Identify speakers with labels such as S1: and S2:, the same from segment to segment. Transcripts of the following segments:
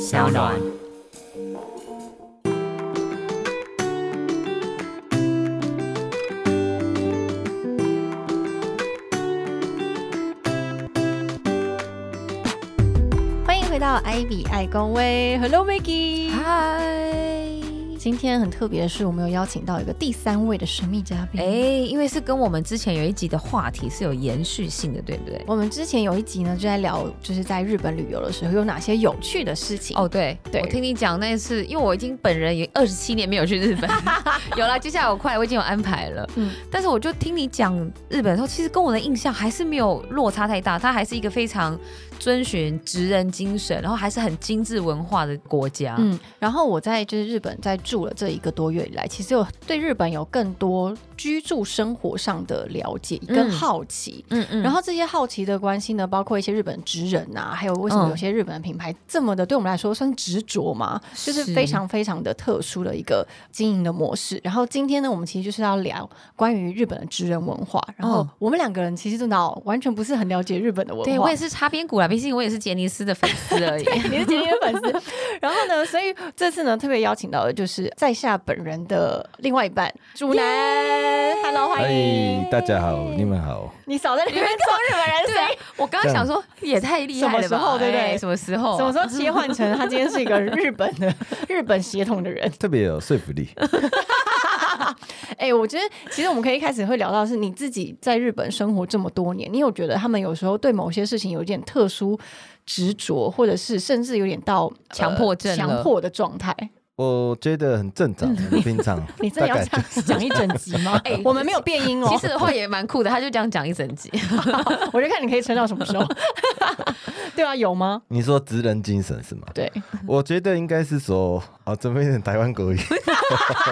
S1: 小暖。
S2: 欢迎回到艾比爱公威，Hello Maggie。
S3: 嗨，
S2: 今天很特别的是，我们有邀请到一个第三位的神秘嘉宾。
S3: 哎，因为是跟我们之前有一集的话题是有延续性的，对不对？
S2: 我们之前有一集呢，就在聊，就是在日本旅游的时候有哪些有趣的事情。
S3: 哦，对，
S2: 对
S3: 我听你讲那一次，因为我已经本人也二十七年没有去日 本，有啦，接下来我快，我已经有安排了。
S2: 嗯，
S3: 但是我就听你讲日本的时候，其实跟我的印象还是没有落差太大，它还是一个非常遵循职人精神，然后还是很精致文化的国家。嗯，
S2: 嗯，然后我在就是日本在住了这一个多月以来，其实有对日本有更多居住生活上的了解跟
S3: 嗯
S2: 好奇。
S3: 嗯嗯
S2: 然后这些好奇的关系呢，包括一些日本职人呐、还有为什么
S3: 嗯
S2: 有些日本的品牌这么的对我们来说算执着嘛，就是
S3: 是
S2: 非常非常的特殊的一个经营的模式。然后今天呢，我们其实就是要聊关于日本的职人文化。然后
S3: 嗯
S2: 我们两个人其实真的完全不是很了解日本的文化，
S3: 对我也是擦边鼓啦，毕竟我也是杰尼斯的粉丝 而已。
S2: 你是杰尼的粉丝。 然后呢，所以这次呢，特别邀请到的就是在下本人的另外一半主男，Hello，欢迎
S4: 大家好，你们好。
S2: 你少在里面装日本人声
S3: 啊
S2: 音。
S3: 我刚刚想说，也太厉害了吧？
S2: 什么时候对不对
S3: 哎什么时候啊？
S2: 什么时候切换成他今天是一个日本 的日本血统的人？
S4: 特别有说服 力，
S2: 哎、我觉得其实我们可以一开始会聊到是你自己在日本生活这么多年，你有觉得他们有时候对某些事情有一点特殊执着，或者是甚至有点到呃
S3: 强迫症了
S2: 强迫的状态？。
S4: 我觉得很正常，很平常
S2: 你真
S4: 大
S2: 的要
S4: 概
S2: 这样讲一整集 吗？
S3: 哎
S2: 我们没有变音哦，
S3: 其实话也蛮酷的，他就这样讲一整集。
S2: 我就看你可以撑到什么 时候，对啊，有吗？
S4: 你说职人精神 是吗？
S2: 对，
S4: 我觉得应该是说，啊，怎么有点台湾国语？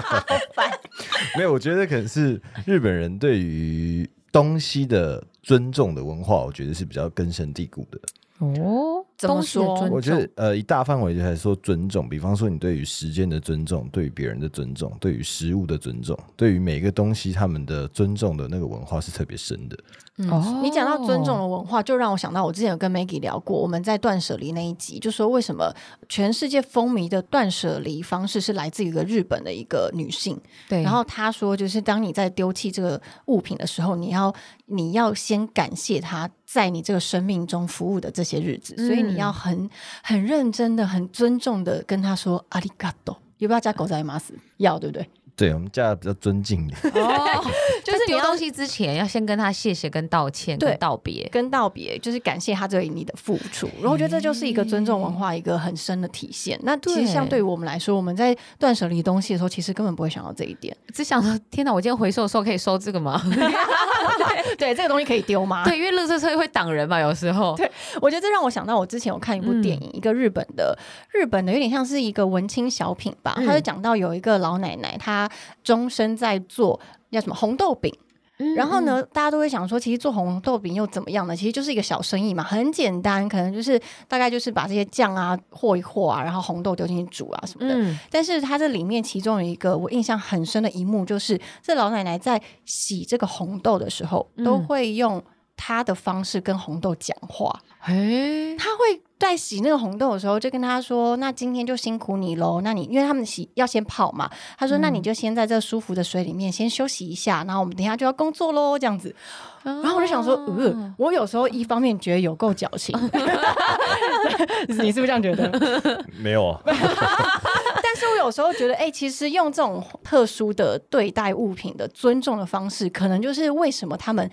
S4: 没有，我觉得可能是日本人对于东西的尊重的文化，我觉得是比较根深蒂固的。
S3: 哦，
S2: 怎么说
S4: 我觉得，呃，以大范围来说，尊重，比方说你对于时间的尊重，对于别人的尊重，对于食物的尊重，对于每一个东西他们的尊重的那个文化是特别深的。
S3: 哦
S2: 你讲到尊重的文化，就让我想到我之前有跟 Maggie 聊过，我们在断舍离那一集，就说为什么全世界风靡的断舍离方式是来自于一个日本的一个女性，
S3: 对，
S2: 然后她说，就是当你在丢弃这个物品的时候，你要你要先感谢她在你这个生命中服务的这些日子，所以
S3: 嗯
S2: 你要很很认真的、很尊重的跟她说阿里嘎多。要不要加狗仔马斯？要对不对？
S4: 对我们家比较尊敬你，
S3: 哦，
S2: 就是你
S3: 丢
S2: 要
S3: 东西之前要先跟他谢谢、跟道歉、
S2: 对
S3: 跟道别。
S2: 跟道别，就是感谢他对你的付出。然后我觉得这就是一个尊重文化一个很深的体现。那其实
S3: 嗯对
S2: 相对于我们来说，我们在断舍离东西的时候，其实根本不会想到这一点。
S3: 只想说，天哪，我今天回收的时候可以收这个吗？
S2: 对，这个东西可以丢吗？，
S3: 对，因为垃圾车会挡人嘛，有时候。
S2: 对我觉得这让我想到我之前有看一部
S3: 嗯
S2: 电影，一个日本的日本的有点像是一个文青小品吧。
S3: 嗯
S2: 他就讲到有一个老奶奶，她终身在做叫什么红豆饼。
S3: 嗯
S2: 然后呢，大家都会想说，其实做红豆饼又怎么样呢？其实就是一个小生意嘛，很简单，可能就是大概就是把这些酱啊和一和啊，然后红豆丢进去煮啊什么的。
S3: 嗯，
S2: 但是它这里面其中有一个我印象很深的一幕，就是这老奶奶在洗这个红豆的时候，
S3: 嗯
S2: 都会用她的方式跟红豆讲话。
S3: 哎，
S2: 她会在洗那个红豆的时候，就跟她说：“那今天就辛苦你喽。那你因为他们洗要先泡嘛，她说：那
S3: 嗯
S2: 你就先在这舒服的水里面先休息一下，然后我们等一下就要工作喽，这样子。”
S3: 然
S2: 然后我就想说，呃，我有时候一方面觉得有够矫情，你是不是这样觉得？
S4: 没有啊？
S2: 但是我有时候觉得，哎、其实用这种特殊的对待物品的尊重的方式，可能就是为什么他们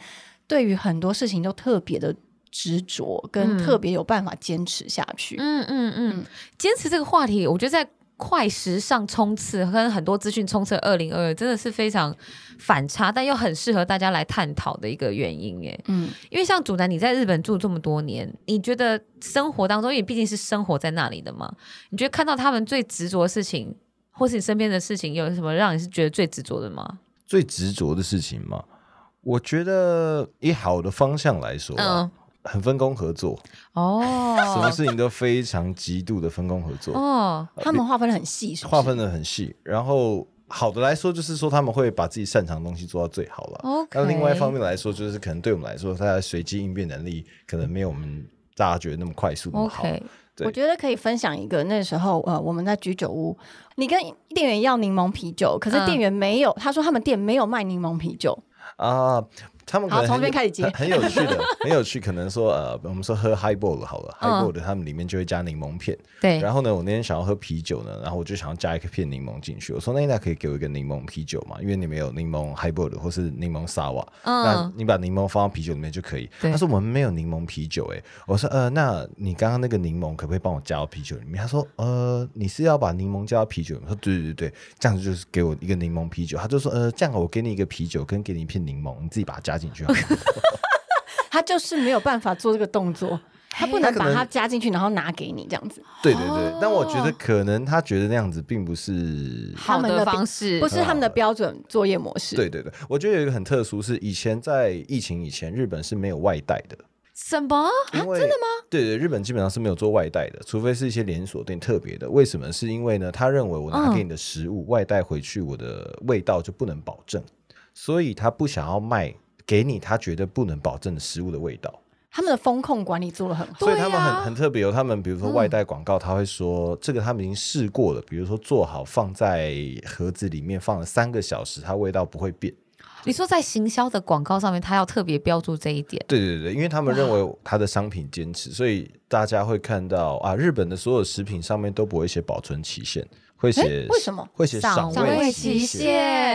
S2: 对于很多事情都特别的执着，跟
S3: 嗯
S2: 特别有办法坚持下去。
S3: 嗯嗯
S2: 嗯
S3: 嗯，坚持这个话题，我觉得在快时尚冲刺跟很多资讯冲刺二零二二，真的是非常反差，但又很适合大家来探讨的一个原因哎。
S2: 嗯，
S3: 因为像祖南，你在日本住这么多年，你觉得生活当中，因为你毕竟是生活在那里的嘛，你觉得看到他们最执着的事情，或是你身边的事情，有什么让你是觉得最执着的吗？
S4: 最执着的事情嘛，我觉得以好的方向来说、啊，
S3: 嗯，
S4: 很分工合作，什么
S3: 哦，
S4: 事情都非常极度的分工合作，
S3: 哦，
S2: 他们划分的很细，是不是
S4: 呃划分的很细。然后好的来说，就是说他们会把自己擅长的东西做到最好了。
S3: 哦 OK
S4: 那另外一方面来说，就是可能对我们来说，他的随机应变能力可能没有我们大家觉得那么快速那么好。
S3: OK，
S4: 对
S2: 我觉得可以分享一个，那时候呃，我们在居酒屋，你跟店员要柠檬啤酒，可是
S3: 嗯
S2: 店员没有，他说他们店没有卖柠檬啤酒。
S4: 啊。他们可能
S2: 好从
S4: 很
S2: 这边开始接
S4: 很很有趣的，很有趣。可能说呃，我们说喝 highball 好了、
S3: 嗯
S4: h i g h b a l l 的他们里面就会加柠檬片。
S3: 对，
S4: 然后呢，我那天想要喝啤酒呢，然后我就想要加一个片柠檬进去。我说那你那可以给我一个柠檬啤酒嘛？因为你们有柠檬 highball 或是柠檬沙瓦，那
S3: 嗯，
S4: 你把柠檬放到啤酒里面就可以。
S3: 对
S4: 他说我们没有柠檬啤酒、欸，我说呃，那你刚刚那个柠檬可不可以帮我加到啤酒里面？他说呃，你是要把柠檬加到啤酒里面？我说对对对对，这样子就是给我一个柠檬啤酒。他就说呃，这样我给你一个啤酒跟给你一片柠檬，你自己把它加进去好了。
S2: 他就是没有办法做这个 动作，他不能把它加进去，然后拿给你这样子，
S4: 对对
S3: 哦
S4: 对，但我觉得可能他觉得那样子并不是
S2: 他
S3: 好
S2: 们的
S3: 的方式
S2: 不是他们的标准作业模式。
S4: 对对对，我觉得有一个很特殊，是以前在疫情以前，日本是没有外带的。
S3: 什么？
S4: 因啊为真的吗？对对，日本基本上是没有做外带的，除非是一些连锁店特别的。为什么？是因为呢，他认为我拿给你的食物、外带回去，我的味道就不能保证，所以他不想要卖给你他觉得不能保证的食物的味道。
S2: 他们的风控管理做的很好。
S4: 所以
S3: 对
S4: 他们
S3: 啊
S4: 很很特别哦，他们比如说外带广告，他会说、这个他们已经试过了，比如说做好放在盒子里面放了三个小时，它味道不会变。
S3: 你说在行销的广告上面，他要特别标注这一点，
S4: 对对对，因为他们认为它的商品坚持，所以大家会看到啊，日本的所有食品上面都不会写保存期限，会写
S2: 诶为什么？
S4: 会写赏
S2: 赏味
S4: 味期
S2: 期限
S4: 限。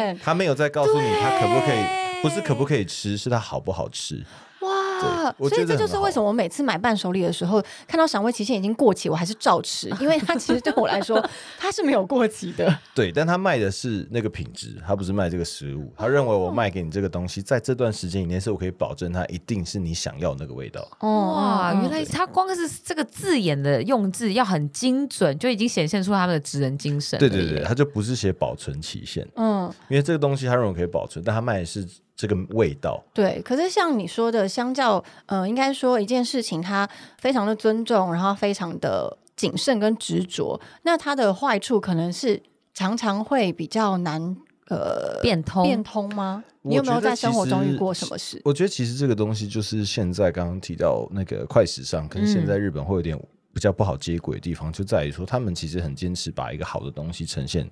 S3: 限
S4: 他没有在告诉你他可不可以
S3: 对，
S4: 不是可不可以吃，是它好不好吃。
S2: 哇！
S4: 对我
S2: 所以
S4: 觉得
S2: 这就
S4: 很
S2: 是
S4: 好
S2: 为什么我每次买伴手礼的时候，看到赏味期限已经过期，我还是照吃，因为它其实对我来说它是没有过期 的。
S4: 对，但他卖的是那个品质，他不是卖这个食物。他认为我卖给你这个东西，在这段时间以内是我可以保证它一定是你想要的那个味道。
S3: 哦
S4: 哦
S3: 哇，
S2: 嗯
S3: 原来他光是这个字眼的用字要很精准，就已经显现出他们的职人精神。
S4: 对对对，，他就不是写保存期限，
S2: 嗯，
S4: 因为这个东西他认为可以保存，但他卖的是这个味道。
S2: 对，可是像你说的，相较呃，应该说一件事情，他非常的尊重，然后非常的谨慎跟执着。那他的坏处可能是常常会比较难呃
S3: 变通
S2: 变通吗？你
S4: 我
S2: 有没
S4: 觉
S2: 有
S4: 得
S2: 在生
S4: 其
S2: 活中遇
S4: 实
S2: 过什么事？
S4: 我觉得其实这个东西就是现在刚刚提到那个快时尚，跟现
S2: 嗯
S4: 在日本会有点比较不好接轨的地方，就在于说他们其实很坚持把一个好的东西呈现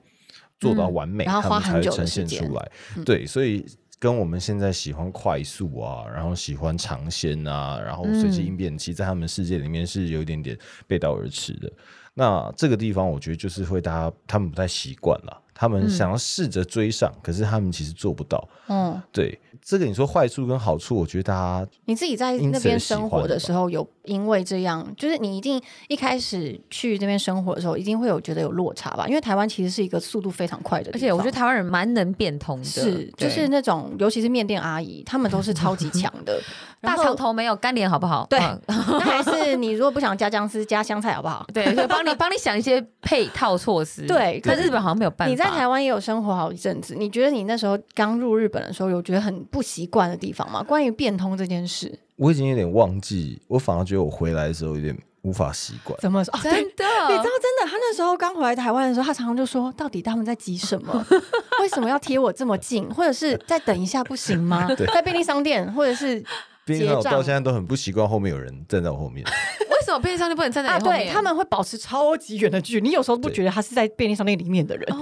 S4: 做到完美，
S2: 嗯然后
S4: 他
S2: 花
S4: 们才
S2: 很
S4: 会
S2: 久的
S4: 呈
S2: 时
S4: 现
S2: 间嗯
S4: 出来。对，所以。跟我们现在喜欢快速啊，然后喜欢尝鲜啊，然后随机应
S2: 嗯
S4: 变，其实在他们世界里面是有一点点背道而驰的。那这个地方，我觉得就是会大家他们不太习惯了，他们想要试着追上，可是他们其实做不到。
S2: 嗯，
S4: 对这个，你说坏处跟好处，我觉得大家
S2: 你自己在
S4: 因
S2: 那
S4: 此
S2: 边
S4: 而喜
S2: 生
S4: 欢
S2: 活
S4: 的
S2: 的
S4: 吧
S2: 时候，有因为这样，就是你一定一开始去那边生活的时候，一定会有觉得有落差吧？因为台湾其实是一个速度非常快的地
S3: 而
S2: 方，
S3: 且我觉得台湾人蛮能变通的，
S2: 是，就
S3: 对
S2: 是那种，尤其是面店阿姨，她们都是超级强的。然
S3: 大
S2: 后
S3: 长头没有干脸好不好？
S2: 对
S3: 嗯
S2: 那还是你如果不想加姜丝，加香菜好不好？
S3: 对，就帮你帮你想一些配套措施。
S2: 对
S3: 在
S2: 可
S3: 日本好像没有办法。
S2: 你在台湾也有生活好一阵子，你觉得你那时候刚入日本的时候，有觉得很不习惯的地方吗？关于变通这件事，
S4: 我已经有点忘记，我反而觉得我回来的时候有点无法习惯。
S2: 怎么说？哦对
S3: 真
S2: 你知道
S3: 的，
S2: 真的，他那时候刚回来台湾的时候，他常常就说：“到底他们在急什么？ 为什么要贴我这么近？或者是再等一下不行吗？
S4: 对
S2: 在便利商店，或者是
S4: 毕竟
S2: 结
S4: 我
S2: 账
S4: 到现在都很不习惯后面有人站在我后面， 哦
S3: 为什么便利商店不能站在
S2: 啊，
S3: 你后
S2: 对
S3: 面？
S2: 他们会保持超级远的距离。你有时候不
S4: 对
S2: 觉得他是在便利商店里面的人？
S4: 哦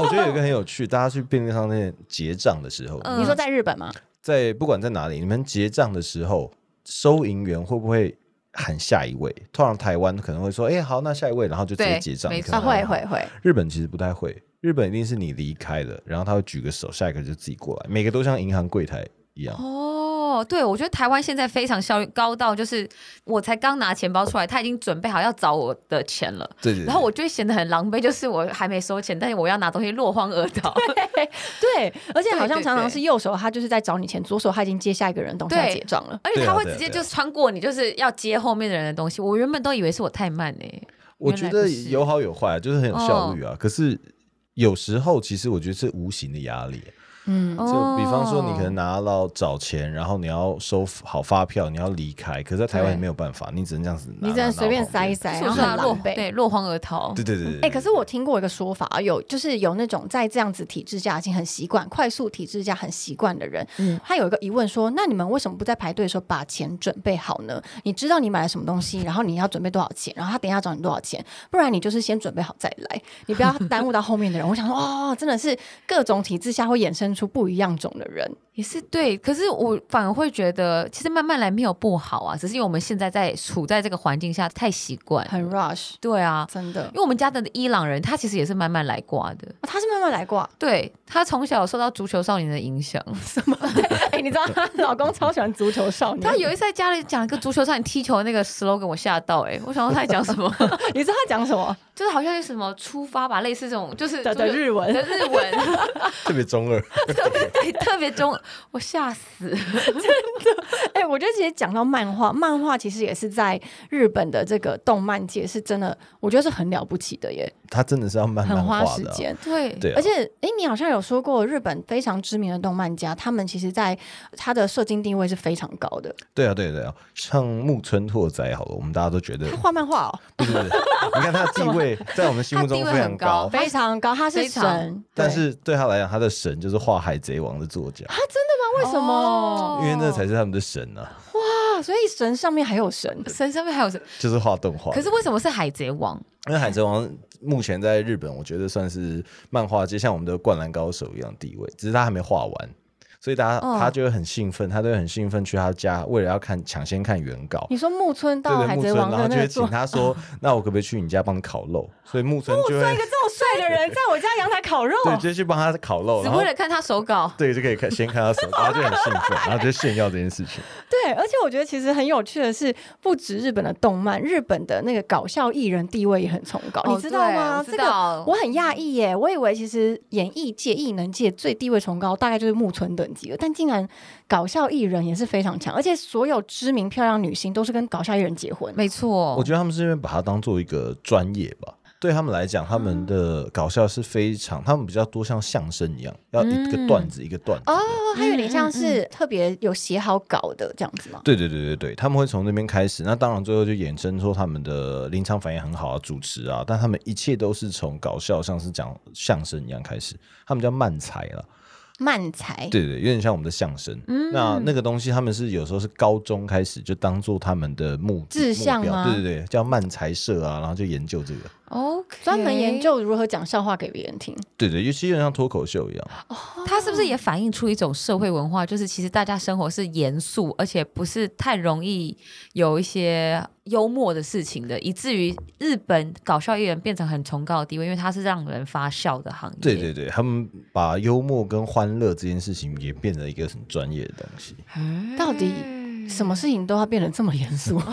S4: 我觉得有一个很有趣，大家去便利商店结账的时候，
S3: 嗯
S2: 你说在日本吗？
S4: 在不管在哪里，你们结账的时候，收银员会不会喊下一位？通常台湾可能会说：“哎、好，那下一位。”然后就直接
S3: 对
S4: 结账。
S3: 没
S4: 你可
S3: 错
S2: 啊，
S4: 能
S2: 会会会，
S4: 日本其实不太会，日本一定是你离开了，然后他会举个手，下一个就自己过来，每个都像银行柜台一样。
S3: 哦，对，我觉得台湾现在非常效率高到，就是我才刚拿钱包出来，他已经准备好要找我的钱了。
S4: 对对对
S3: 然后我就会显得很狼狈，就是我还没收钱，但是我要拿东西落荒而 逃。
S2: 对，而且好像
S3: 对对
S2: 常常是右手他就是在找你钱，左手他已经接下一个人的东西要
S3: 对
S2: 结账了。
S3: 而且
S4: 对啊
S3: 他会
S4: 对啊
S3: 直接
S4: 对
S3: 就
S4: 啊
S3: 穿过你，就是要接后面的人的东西。我原本都以为是我太慢呢、
S4: 我
S3: 原
S4: 觉
S3: 来
S4: 得
S3: 不是
S2: 哦
S4: 有好有坏，就是很有效率啊。可是有时候其实我觉得是无形的压力，
S2: 嗯
S3: 哦
S4: 就比方说，你可
S2: 哦
S4: 能拿到找钱，然后你要收好发票，你要离开，可是在台湾
S3: 对
S4: 你没有办法，你只能这样子拿，
S2: 你只能随便塞一
S4: 塞。
S2: 塞，
S3: 是
S2: 哎
S3: 不
S2: 然后
S3: 是啊
S2: 很
S3: 落
S2: 狼狈。
S3: 对落荒而逃？
S4: 对对对对。
S2: 哎、可是我听过一个说法啊，有就是有那种在这样子体制下已经很习惯、快速体制下很习惯的人，
S3: 嗯
S2: 他有一个疑问说：那你们为什么不在排队的时候把钱准备好呢？你知道你买了什么东 西，然后你要准备多少钱，然后他等一下找你多少钱，不然你就是先准备好再来，你不要耽误到后面的人。我想说，哦，真的是各种体制下会衍生出不一样种的人，
S3: 也是对，可是我反而会觉得，其实慢慢来没有不好啊，只是因为我们现在在处在这个环境下太习惯。
S2: 很 rush，
S3: 对啊，
S2: 真的
S3: 因。为我们家的伊朗人，他其实也是慢慢来挂的。
S2: 哦、他是慢慢来 过、啊，
S3: 对他从小受到足球少年的影响，
S2: 哎、你知道她老公超喜欢足球少年，
S3: 他有一次在家里讲一个足球少年踢球的那个 slogan，我吓到哎、欸我想说他在讲什 么，
S2: 你知道他讲什么
S3: 就是好像有什么出发吧，类似这种，就是
S2: 的的
S3: 足球
S2: 日文
S3: 的？日文，
S4: 特别中二，
S3: 对，特别中，我吓死。
S2: 哎、我觉得其实讲到漫画，漫画其实也是在日本的这个动漫界是真的，我觉得是很了不起的耶，
S4: 他真的是要慢慢
S2: 很花
S4: 画
S2: 时
S4: 的啊、
S2: 间。
S3: 对，
S4: 对啊、
S2: 而且，哎、你好像有说过，日本非常知名的动漫家，他们其实在他的社经地位是非常高的。
S4: 对啊，对啊对啊，像木村拓哉好了，我们大家都觉 得
S2: 他画漫画哦，
S4: 不是不是，你看他的地位在我们心目中
S3: 他
S4: 非
S3: 地位
S4: 常
S3: 很高
S4: 高，
S2: 非常高，他是
S3: 非常
S2: 神。
S4: 但
S2: 对
S4: 是对他来讲，他的神就是画《海贼王》的作家，
S2: 那啊为什么、
S3: 哦
S4: 因为那才是他们的神啊，
S2: 啊？所以神上面还有神，
S3: 神上面还有神，
S4: 就是画动画。
S3: 可是为什么是海贼王？
S4: 因为《海贼王》目前在日本，我觉得算是漫画界像我们的《灌篮高手》一样地位，只是他还没画完，所以大家、
S3: 哦
S4: 他就会很兴奋，他都会很兴奋去他家，为了要看抢先看原稿。
S2: 你说木村
S4: 对
S2: 到
S4: 对，
S2: 海
S4: 木
S2: 贼
S4: 村，
S2: 王
S4: 然
S2: 的
S4: 后就
S2: 那个
S4: 会请
S2: 做，
S4: 他 说：“那我可不可以去你家帮你烤肉？”所以木村就
S2: 做
S4: 会
S2: 一个这么帅的人，在哦我家阳台烤肉，
S4: 对，直接去帮他烤
S3: 只
S4: 肉，哦然后
S3: 为了看他手稿，
S4: 对就可以看先看他手，然后就很兴奋，然后就炫耀这件事情。
S2: 对，而且我觉得其实很有趣的是，不止日本的动漫，日本的那个搞笑艺人地位也很崇高，
S3: 哦
S2: 你知道嗯吗？
S3: 对我知
S2: 这个
S3: 道
S2: 我很讶异耶，我以为其实演艺界、艺能界最地位崇高大概就是木村等级了，但竟然搞笑艺人也是非常强，而且所有知名漂亮女星都是跟搞笑艺人结婚。
S3: 没
S2: 哦
S3: 错，
S4: 我觉得他们是因为把它当做一个专业吧。对他们来讲，他们的搞笑是非常，他们比较多像相声一样，要一个段子一个段子的。
S2: 哦，还有点像是特别有写好稿的这样子吗？
S4: 对对对对对，他们会从那边开始，那当然最后就衍生说他们的临场反应很好啊，主持啊，但他们一切都是从搞笑，像是讲相声一样开始，他们叫慢才了。
S2: 哎漫才，
S4: 对对，有点像我们的相声。
S2: 嗯
S3: 嗯
S4: 那那个东西，他们是有时候是高中开始就当做他们的目
S2: 志
S4: 目
S2: 向
S4: 标
S2: 吗
S4: 对对对，叫慢才社啊，然后就研究这个。
S3: OK，
S2: 专门研，究如何讲笑话给别人听。
S4: 对对，尤其有点像脱口秀一样。
S3: 它是不是
S2: 哦
S3: 也反映出一种社会文化？就是其实大家生活是严肃，而且不是太容易有一些幽默的事情的，以至于日本搞笑艺人变成很崇高的地位，因为它是让人发笑的行业。
S4: 对对对，他们把幽默跟欢乐这件事情也变成一个很专业的东西。
S3: 哎，
S2: 到底什
S3: 嗯
S2: 么事情都要变得这么严肃，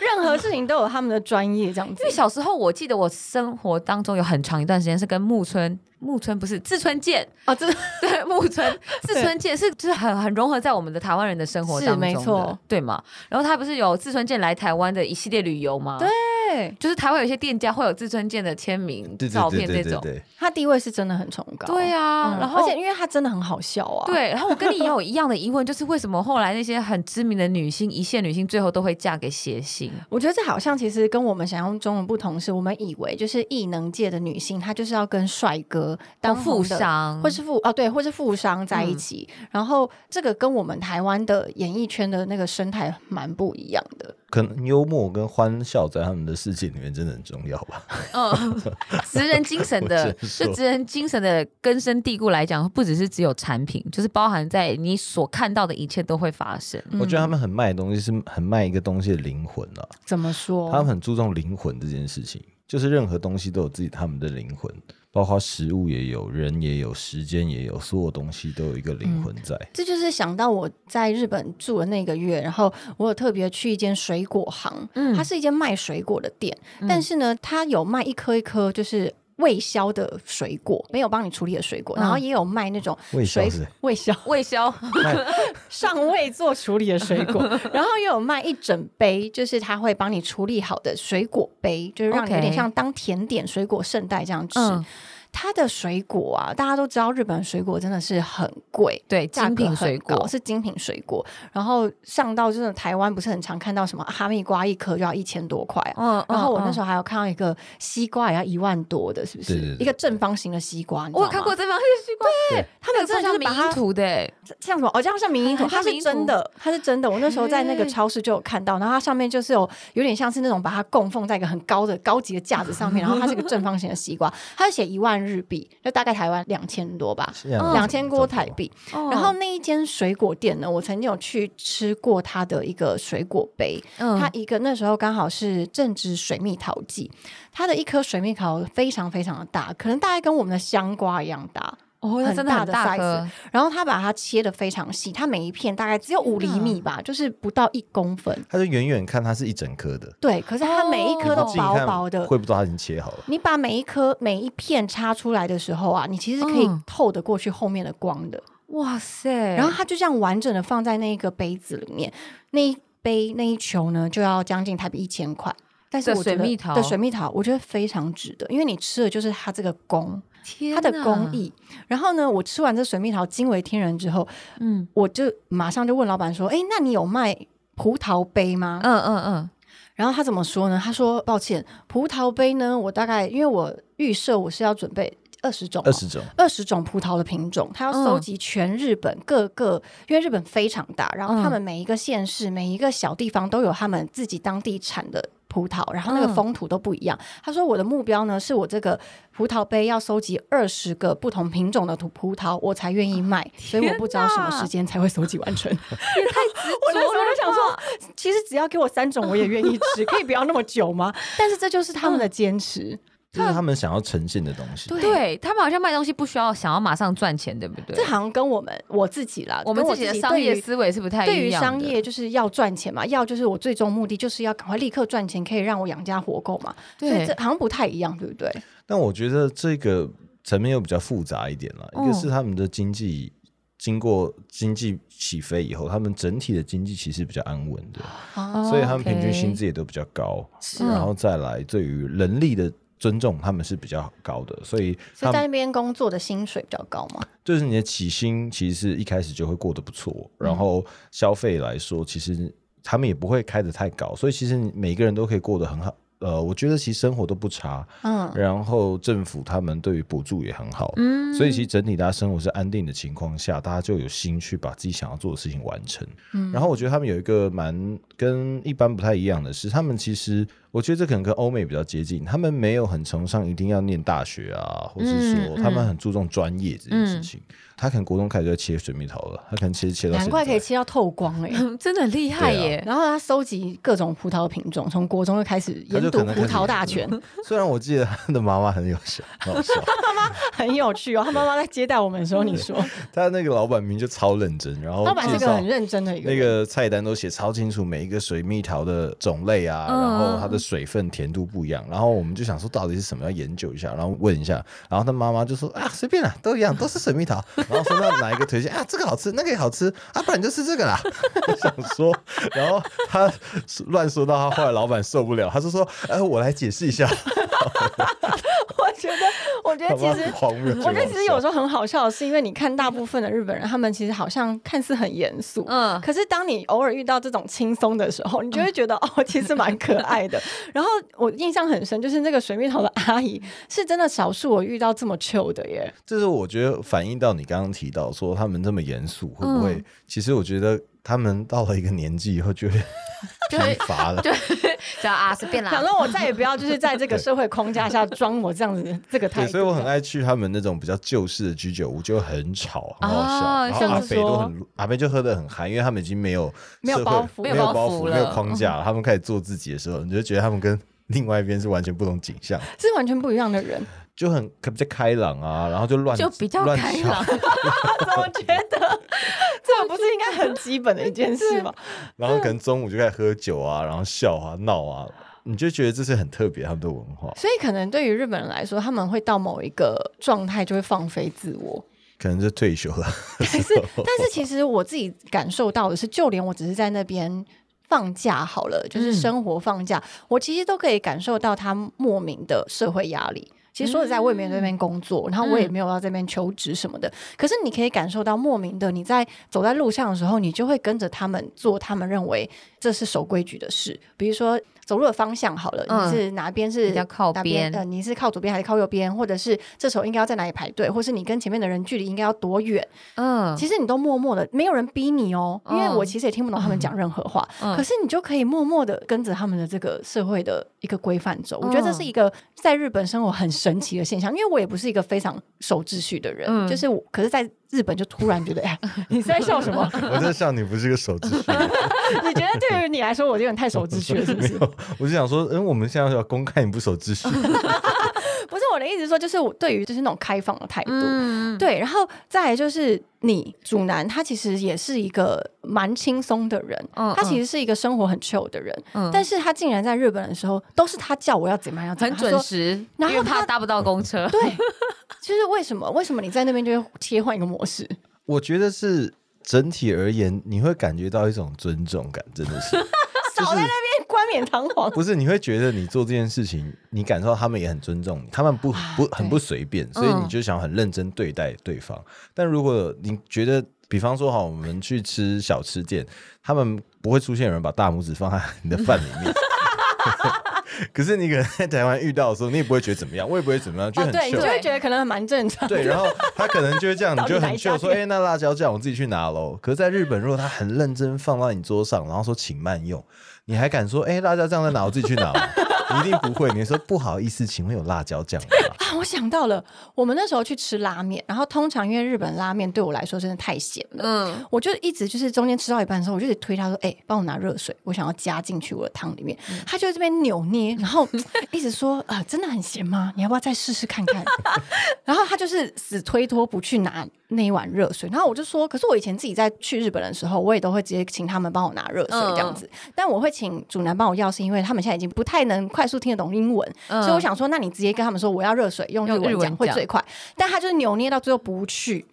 S2: 任何事情都有他们的专业这样子
S3: 因为。小时候，我记得我生活当中有很长一段时间是跟木村木村不是志村健，
S2: 啊，这
S3: 对木村志村健是就是很很融合在我们的台湾人的生活
S2: 是
S3: 当中的
S2: 没错
S3: 对嘛？然后他不是有志村健来台湾的一系列旅游吗？对。
S2: 对
S3: 就是台湾有一些店家会有志村健的签名
S4: 对对
S3: 照
S4: 对
S3: 片
S4: 对
S3: 这
S4: 对
S3: 种，
S4: 对，
S2: 他地位是真的很崇高。
S3: 对啊，然
S2: 嗯而
S3: 后
S2: 且因为他真的很好笑啊。，
S3: 对，然后我跟你也 有一样的疑问，就是为什么后来那些很知名的女星、一线女星最后都会嫁给谐星？
S2: 我觉得这好像其实跟我们想象中的不同，是我们以为就是异能界的女性，她就是要跟帅哥当
S3: 或
S2: 红
S3: 富
S2: 的
S3: 商，
S2: 或是富哦对，或是富商在
S3: 嗯
S2: 一起。然后这个跟我们台湾的演艺圈的那个生态蛮不一样的。
S4: 可能幽默跟欢笑在他们的世界里面真的很重要吧。
S3: 嗯，职人精神
S4: 我
S3: 的，
S4: 只能说
S3: 就职人精神的根深蒂固来讲，不只是只有产品，就是包含在你所看到的一切都会发生。
S4: 我觉得他们很卖的东西是很卖一个东西的灵魂啊，
S2: 怎么说
S3: 哦
S4: 他们很注重灵魂这件事情，就是任何东西都有自己他们的灵魂，包括食物也有，人也有，时间也有，所有东西都有一个灵
S3: 嗯
S4: 魂在。
S2: 这就是想到我在日本住的那个月，然后我有特别去一间水果行，
S3: 嗯
S2: 它是一间卖水果的店，但是呢，它有卖一颗一颗就是。未削的水果，没有帮你处理的水果，
S3: 嗯
S2: 然后也有卖那 种
S4: 未削
S2: 水
S4: 是
S2: 未削
S3: 魏潇，
S2: 尚未做处理的水 果，然后也有卖一整杯，就是他会帮你处理好的水果杯，就是让你有点
S3: OK
S2: 像当甜点、水果圣代这样吃。
S3: 嗯，
S2: 它的水果啊，大家都知道日本的水果真的是很贵，
S3: 对，
S2: 价
S3: 精
S2: 格
S3: 品
S2: 很
S3: 水
S2: 高
S3: 果
S2: 是精品水果，然后上到真的台湾不是很常看到什么哈密瓜一颗就要一千多块啊。
S3: 嗯
S2: 然后我那时
S3: 候
S2: 候还有看到一个西瓜也要一万多的，是不是？
S4: 对对对
S2: 一个正方形的西瓜，你知道
S3: 我有
S2: 吗
S3: 看过，这方面西瓜，
S2: 啊他们
S3: 这个超
S2: 真的就
S3: 像
S2: 是
S3: 迷
S2: 把
S3: 因
S2: 它
S3: 图的欸，
S2: 像什么哦，这样像迷因图，
S3: 啊
S2: 它
S3: 像
S2: 是
S3: 迷因
S2: 真
S3: 图
S2: 的，它是真的。我那时候在那个
S3: 嘿
S2: 超市就有看到，然后它上面就是有有点像是那种把它供奉在一个很高的高级的架子上面，然后它是一个正方形的西瓜，它是写一万日币，就大概台湾两千多吧，
S3: 嗯
S2: 两千多台币。
S3: 然
S2: 然后那一间水果店呢，我曾经有去吃过它的一个水果杯，它
S3: 嗯，
S2: 一个那时候刚好是正值水蜜桃季，它的一颗水蜜桃非常非常的大，可能大概跟我们的香瓜一样大，
S3: 哦，它
S2: 很
S3: 真的
S2: 大
S3: 很
S2: 的
S3: 大
S2: size
S3: 颗，
S2: 然后它把它切的非常细，它每一片大概只有五厘
S3: 天哪
S2: 米吧，就是不到一公分。
S4: 它就远远看它是一整颗的，
S2: 对，可是它每一颗
S3: 哦
S2: 都
S4: 近
S2: 薄
S4: 看
S2: 薄的。
S4: 会不知道它已经切好了。
S2: 你把每一颗每一片插出来的时候啊，你其实可以
S3: 嗯
S2: 透得过去后面的光的。
S3: 哇塞！
S2: 然后它就这样完整的放在那个杯子里面，那一杯那一球呢就要将近台币一千块。但是
S3: 的
S2: 我觉得
S3: 水蜜桃
S2: 的水蜜桃，我觉得非常值得，因为你吃的就是它这个工，
S3: 天
S2: 它的
S3: 哪
S2: 工，艺。然后呢，我吃完这水蜜桃惊为天人之后，
S3: 嗯
S2: 我就马上就问老板说：“哎，那你有卖葡萄杯吗？”
S3: 嗯嗯嗯，
S2: 然后他怎么说呢？他说：“抱歉，葡萄杯呢，我大概因为我预设我是要准备二十种嘛，
S4: 二十种，
S2: 二十种葡萄的品种，他要
S3: 嗯
S2: 搜集全日本各个，因为日本非常大，然后
S3: 嗯
S2: 他们每一个县市、每一个小地方都有他们自己当地产的葡萄，然后那个
S3: 嗯
S2: 风土都不一样。他说我的目标呢，是我这个葡萄杯要收集二十个不同品种的葡葡萄，我才愿意
S3: 啊
S2: 卖，所以我不知道什么时间才会收集完 成。我那时候就想说，其实只要给我三种，我也愿意吃，可以不要那么久吗？ 但是这就是他们
S3: 嗯
S2: 的坚持。
S4: 这是他们想要呈现的东西。
S2: 对
S3: 对他们好像卖东西不需要想要马上赚钱，对不对
S2: 这？好像跟我们我自己啦，
S3: 我们
S2: 跟
S3: 自
S2: 我
S3: 己
S2: 己
S3: 的商
S2: 对于
S3: 业思维是不太
S2: 对于
S3: 一样的。
S2: 商业就是要赚钱嘛，要就是我最终目的就是要赶快立刻赚钱，可以让我养家活口嘛。所以
S3: 对
S2: 这好像不太一样，对不对？
S4: 但我觉得这个层面又比较复杂一点了，
S3: 嗯
S4: 一个是他们的经济。经过经济起飞以后，他们整体的经济其实比较安稳的，
S2: 啊，
S4: 所以他们平均薪
S3: 哦 OK
S4: 资也都比较高。
S2: 是
S4: 然后再来，对于人力的尊重，他们是比较高的，所以他们
S2: 所以在那边工作的薪水比较高嘛。
S4: 就是你的起薪其实是一开始就会过得不错，然后消费来说，其实他们也不会开得太高，所以其实你每个人都可以过得很好。呃，我觉得其实生活都不差，
S2: 嗯，
S4: 然后政府他们对于补助也很好，
S3: 嗯
S4: 所以其实整体大家生活是安定的情况下，大家就有心去把自己想要做的事情完成。
S2: 嗯
S4: 然后我觉得他们有一个蛮跟一般不太一样的是，他们其实我觉得这可能跟欧美比较接近，他们没有很崇尚一定要念大学啊，或是
S3: 嗯
S4: 说
S3: 嗯
S4: 他们很注重专业这件
S2: 嗯
S4: 事情。他可能国中开始就在切水蜜桃了，他可能切切到现在
S2: 难怪可以切到透光哎、
S3: 嗯真的很厉害
S4: 对啊
S3: 耶！
S2: 然后他收集各种葡萄品种，从国中就开始
S4: 他
S2: 研
S4: 就
S2: 读
S4: 可能
S2: 葡
S4: 开始
S2: 萄大全，
S4: 虽然我记得他的妈妈很有笑，很好笑，
S2: 很有趣哦。他妈妈在接待我们的时候，你说
S4: 他那个老板名就超认真，然后
S2: 老板是
S4: 介
S2: 个
S4: 绍
S2: 很认真的一个
S4: 那
S2: 人，
S4: 个菜单都写超清楚，每一个水蜜桃的种类啊，
S3: 嗯
S4: 然后它的水分、甜度不一
S2: 嗯
S4: 样。然后我们就想说，到底是什么？要研究一下，然后问一下。然后他妈妈就说啊，随便啦，都一样，都是水蜜 桃。然后说那哪一个推荐啊？这个好吃，那个也好吃啊，不然你就吃这个啦。 我想说，然后他乱说嗯到他后来老板受不了，他就说，呃，我来解释 一下。
S2: 我觉得，我觉得
S4: 他妈
S2: 其实
S4: 很荒谬，
S2: 我觉得其实有时
S4: 候
S2: 候很好笑的是，因为你看大部分的日本人，他们其实好像看似很严肃，
S3: 嗯
S2: 可是当你偶尔遇到这种轻松的时候，你
S4: 嗯
S2: 就会觉得、哦，其实蛮可爱 的。然后我印象很深，就是那个水蜜桃的阿姨，是真的少数我遇到这么 chill 的耶。
S4: 这是我觉得反映到你刚刚提到说他们这么严肃，会不会？
S3: 嗯
S4: 其实我觉得他们到了一个年纪以后，觉得 疲 乏了。
S3: 对， 只要啊随便
S2: 想
S3: 啦，
S2: 说我再也不要就是在这个社会框架下装我这 样子这个态
S4: 对，
S2: 度，
S4: 所以我很爱去他们那种比较旧式的居酒屋，就很吵，很好笑。
S3: 哦
S4: 然后
S3: 像
S4: 阿
S2: 是
S4: 北
S2: 说
S4: 都很阿北就喝得很嗨，因为他们已经没有
S2: 没有
S4: 社会
S2: 包袱
S4: 没
S3: 没有
S4: 有
S3: 包
S4: 包
S3: 袱
S4: 袱，
S3: 了嗯
S4: 没有框架了，他们开始做自己的时候，你就觉得他们跟另外一边是完全不同景象，
S2: 是完全不一样 的人，
S4: 就很比较开朗啊，然后就乱
S3: 就比较
S4: 乱
S3: 开
S4: 吵啊
S3: 朗。
S2: 我怎么觉 得这不是应该很基本的一件事吗？
S4: 然后可能中午就开始喝酒啊，然后笑啊闹啊，你就觉得这是很特别他们的文化。
S2: 所以可能对于日本人来说，他们会到某一个状态就会放飞自我。
S4: 可能是退 休了，
S2: 但是，但是其实我自己感受到的是，就连我只是在那边。放假好了，就是
S3: 嗯
S2: 生活放假，我其实都可以感受到他莫名的社会压力。其实说实在，我也没有在那
S3: 嗯
S2: 边工作，然后我也没有要在那边求职什么的。可是你可以感受到，莫名的你在走在路上的时候，你就会跟着他们做他们认为这是守规矩的事，比如说。走路的方向好了，
S3: 嗯
S2: 你是哪边是
S3: 比较靠
S2: 哪
S3: 边
S2: 呃，你是靠左边还是靠右边？或者是这时候应该要在哪里排队？或是你跟前面的人距离应该要多远？
S3: 嗯，
S2: 其实你都默默的，没有人逼你哦，因为
S3: 嗯
S2: 我其实也听不懂他们讲任何话，
S3: 嗯
S2: 可是你就可以默默的跟着他们的这个社会的一个规范走。我觉得这
S3: 嗯
S2: 是一个在日本生活很神奇的现象，因为我也不是一个非常守秩序的人，
S3: 嗯
S2: 就是我，可是在日本就突然觉得，哎， 你是在笑什么？
S4: 我在笑你不是个手指虚，
S2: 你觉得对于你来说，我有点太守秩序 了，是不是？
S4: 我就想说，嗯，我们现在要公开你不守秩序，
S2: 不是我的意思说，就是我对于就是那种开放的态度。
S3: 嗯，
S2: 对，然后再来就是你主男，他其实也是一个蛮轻松的人，
S3: 嗯
S2: 他其实是一个生活很 chill 的人，
S3: 嗯
S2: 但是他竟然在日本的时候，都是他叫我要怎么样要怎么
S3: 很
S2: 样，
S3: 准时，
S2: 然后
S3: 因为怕
S2: 他
S3: 搭不到公车
S2: 他，说。对，就是为什么？为什么你在那边就会切换一个模 式？
S4: 我觉得是整体而言，你会感觉到一种尊重感，真的 是，就
S2: 少在
S4: 是
S2: 那边冠冕堂皇。
S4: 不是你会觉得你做这件事情，你感受到他们也很尊重你，他们不
S2: 啊
S4: 不很不随便，所以
S2: 嗯
S4: 你就想很认真对待对方。但如果你觉得，比方说好，我们去吃小吃店，他们不会出现有人把大拇指放在你的饭里 面。 可是你可能在台湾遇到的时候，你也不会觉得怎么样，我也不会怎么样，就
S2: 哦，
S4: 很
S2: 对，你
S4: 糗。
S2: 就会觉得可能蛮正 常。
S4: 对，然后他可能就会这样，你
S2: 到底
S4: 就
S2: 哪
S4: 很
S2: 一
S4: 秀
S2: 家
S4: 说：“哎、
S2: 店
S4: 那辣椒酱我自己去拿喽。”可是，在日本，如果他很认真放到你桌上，然后说“请慢用”，你还敢说：“哎、辣椒酱在哪？我自己去拿嘛。”你 一定不会，你说不好意思，请问有辣椒酱吗？
S2: 啊，我想到了，我们那时候去吃拉面，然后通常因为日本拉面对我来说真的太咸了，
S3: 嗯，
S2: 我就一直就是中间吃到一半的时候，我就得推他说：“哎、帮我拿热水，我想要加进去我的汤里面。他就在这边扭捏，然后一直说：“啊、真的很咸吗？你要不要再试试看 看？”然后他就是死推脱不去拿那一碗热水。然后我就说：“可是我以前自己在去日本的时候，我也都会直接请他们帮我拿热水这样子，但我会请主男帮我要，是因为他们现在已经不太能快速听得懂英文，
S3: 嗯
S2: 所以我想说，那你直接跟他们说我要热水，用日
S3: 用日
S2: 文
S3: 文
S2: 讲会
S3: 讲
S2: 最快。但他就是扭捏到最后不去。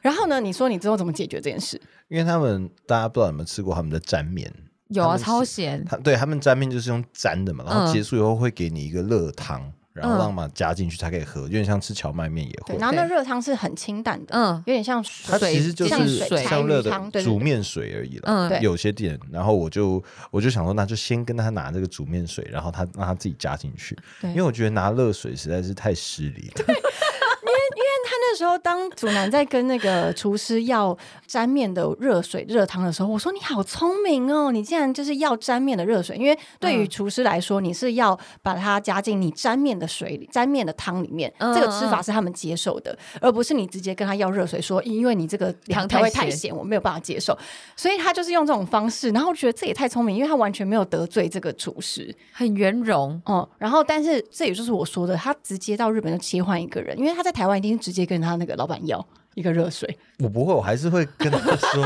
S2: 然后呢，你说你之后怎么解决这件事？
S4: 因为他们大家不知道有没有吃过他们的沾面，
S3: 有啊，
S4: 他们是
S3: 超咸，
S4: 他对他们沾面就是用沾的嘛，然后
S3: 嗯
S4: 结束以后会给你一个热汤，然后
S3: 嗯
S4: 让嘛加进去才可以喝，有点像吃荞麦面也
S2: 对，
S4: 会。
S2: 然后那
S3: 对
S2: 热汤是很清淡的，
S3: 嗯
S2: 有点像
S4: 它
S2: 水，
S4: 其实就
S3: 像
S4: 是
S3: 水
S2: 柴
S4: 像热
S2: 鱼汤对
S4: 的
S2: 对
S4: 煮
S2: 对
S4: 面水而已了。
S3: 嗯，
S2: 对
S4: 有些店，然后我就我就想说，那就先跟他拿这个煮面水，然后他让他自己加进去，
S2: 对
S4: 因为我觉得拿热水实在是太失礼了。
S2: 他那时候当祖男在跟那个厨师要沾面的热水热汤的时候，我说你好聪明哦，你竟然就是要沾面的热水，因为对于
S3: 嗯
S2: 厨师来说，你是要把它加进你沾面的水里、沾面的汤里面，
S3: 嗯
S2: 这个吃法是他们接受的，而不是你直接跟他要热水说，因为你这个
S3: 汤
S2: 太
S3: 太
S2: 会太
S3: 咸
S2: 咸，我没有办法接受，所以他就是用这种方式，然后我觉得这也太聪明，因为他完全没有得罪这个厨师，
S3: 很圆融，
S2: 哦、然后但是这也就是我说的，他直接到日本就切换一个人，因为他在台湾一定是直接跟他那个老板要一个热水。
S4: 我不会，我还是会跟他说，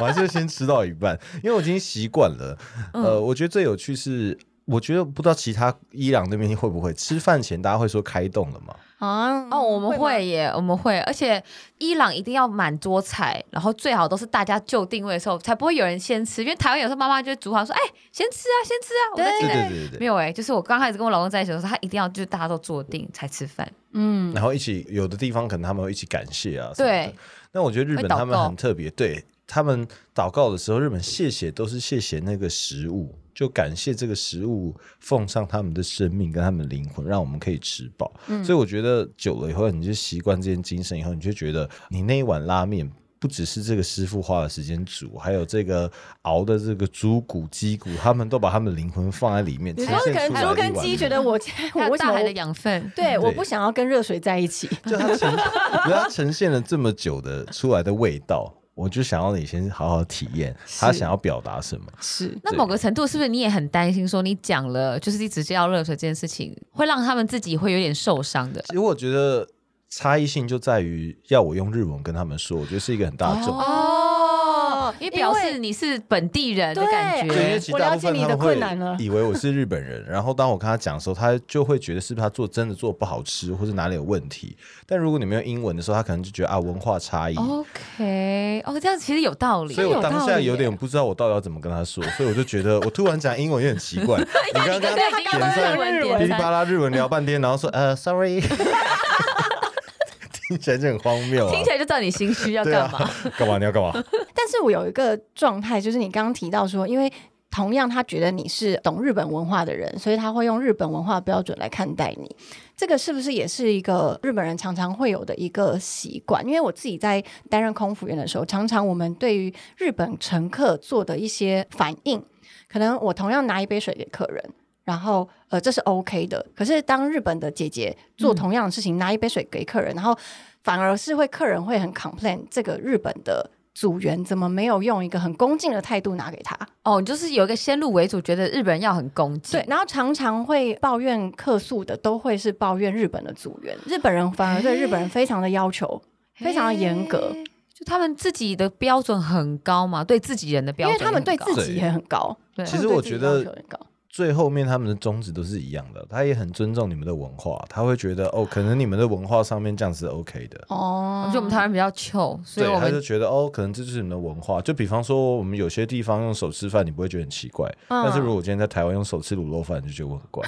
S4: 我还是会先吃到一半，因为我已经习惯了。呃，我觉得最有趣是，我觉得不知道其他伊朗那边会不会吃饭前大家会说开动了嘛？
S2: 啊，
S3: 哦，我们
S2: 吗
S3: 会耶，我们会，而且伊朗一定要满桌菜，然后最好都是大家就定位的时候，才不会有人先吃，因为台湾有时候妈妈就会煮好说，哎、先吃啊，先吃啊，我在
S2: 对
S3: 进
S4: 对
S3: 来。
S4: 对对对
S3: 没
S4: 对，
S3: 有哎、就是我刚开始跟我老公在一起的时候，他一定要就是大家都坐定才吃饭，
S2: 嗯，
S4: 然后一起有的地方可能他们会一起感谢啊。
S3: 对，，
S4: 那我觉得日
S3: 会
S4: 本
S3: 祷
S4: 他们
S3: 告
S4: 很特别，对他们祷告的时候，日本谢谢都是谢谢那个食物，就感谢这个食物奉上他们的生命跟他们的灵魂，让我们可以吃饱。所以我觉得久了以后，你就习惯这件精神以后，你就觉得你那一碗拉面。不只是这个师傅花了时间煮，还有这个熬的这个猪骨、鸡骨，他们都把他们的灵魂放在里面。
S2: 你
S4: 呈
S2: 说
S4: 现
S2: 可能
S4: 出来
S2: 猪
S4: 的一
S2: 跟
S4: 碗
S2: 鸡
S4: 面
S2: 觉得我
S3: 还
S2: 我
S3: 有
S2: 为什
S3: 大
S2: 么
S3: 海的养分，
S2: 对，我
S4: 对
S2: 不想要跟热水在一起。
S4: 就它呈， 不是它呈现了这么久的出来的味道，我就想要你先好好体验他想要表达什么。
S2: 是，
S3: 那
S4: 对
S3: 某个程度是不是你也很担心说你讲了就是你直接要热水这件事情，会让他们自己会有点受伤的？
S4: 其实我觉得差异性就在于要我用日文跟他们说，我觉得是一个很大的重。
S2: 哦，
S3: 哦因为表示你是本地人的感
S4: 对，因为
S3: 觉。
S4: 其实
S2: 我
S4: 大
S2: 了
S4: 部
S2: 解
S4: 分
S2: 你
S4: 他
S2: 的
S4: 们
S2: 困难了
S4: 会以为我是日本人，然后当我跟他讲的时候，他就会觉得是不是他做真的做不好吃，或是哪里有问题。但如果你没有英文的时候，他可能就觉得啊文化差异。
S3: OK，哦，这样其实有道理。
S4: 所以我
S2: 哦有
S4: 当
S2: 道
S4: 下
S2: 理
S4: 有
S2: 耶
S4: 点不知道我到底要怎么跟他说，所以我就觉得我突然讲英文有点奇 怪。你刚刚
S3: 对
S4: 点
S3: 对，刚刚
S4: 在
S3: 日文
S4: 噼
S3: 点
S4: 里啪
S3: 餐，
S4: 啦日文聊半天，然后说呃，sorry，听起来就很荒谬啊。
S3: 听起来就知道你心虚要
S4: 对
S3: 干
S4: 啊
S3: 嘛。，
S4: 干嘛？你要干嘛？
S2: 但是我有一个状态，就是你刚刚提到说，因为同样他觉得你是懂日本文化的人，所以他会用日本文化标准来看待你。这个是不是也是一个日本人常常会有的一个习惯？因为我自己在担任空服员的时候，常常我们对于日本乘客做的一些反应，可能我同样拿一杯水给客人。然后，呃，这是 OK 的。可是，当日本的姐姐做同样的事情，拿一杯水给客人，然后反而是会客人会很 complain 这个日本的组员怎么没有用一个很恭敬的态度拿给他？
S3: 哦，你就是有一个先入为主，觉得日本人要很恭敬
S2: 对，。然后常常会抱怨客诉的都会是抱怨日本的组员，日本人反而对日
S3: 哎
S2: 本人非常的要求，非常的严格，
S3: 嘿，就他们自己的标准很高嘛，对自己人的标
S2: 因
S3: 准也
S2: 为他
S3: 很
S2: 们
S3: 高，
S2: 对自己也很高，
S3: 对
S4: 其实我觉得
S2: 他们对自己要求很高。
S4: 最后面他们的宗旨都是一样的，他也很尊重你们的文化，他会觉得哦，可能你们的文化上面这样是 OK 的。
S2: 哦
S3: 我觉得我们台湾人比较糗，所以
S4: 对，
S3: 我
S4: 他就
S3: 们
S4: 觉得哦，可能这就是你们的文化。就比方说，我们有些地方用手吃饭，你不会觉得很奇怪；
S2: 嗯
S4: 但是如果我今天在台湾用手吃卤肉饭，你就觉得我很 怪。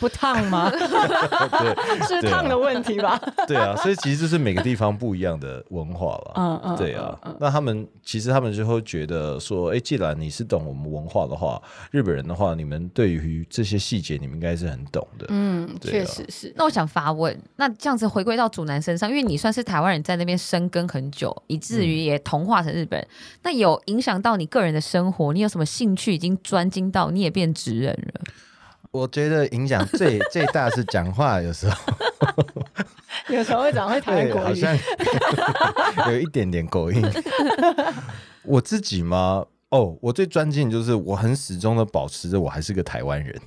S2: 不烫吗？
S4: 对
S2: 是
S4: 对啊
S2: 烫的问题吧？
S4: 对啊，所以其实就是每个地方不一样的文化了。
S2: 嗯嗯，
S4: 对啊，那他们其实他们就会觉得说，哎，既然你是懂我们文化的话，日本人的话，你们对于这些细节，你们应该是很懂的。
S2: 嗯，
S4: 对啊
S2: 确实是。
S3: 那我想发问，那这样子回归到主男身上，因为你算是台湾人在那边生根很久，以至
S4: 嗯
S3: 于也同化成日本人，那有影响到你个人的生活？你有什么兴趣已经专精到你也变职人了？
S4: 我觉得影响 最最大是讲话，有时候
S2: 有时候会讲会台湾
S4: 对，
S2: 国
S4: 好
S2: 语，
S4: 像 有一点点口音。我自己吗？哦，我最专精的就是我很始终的保持着我还是个台湾人，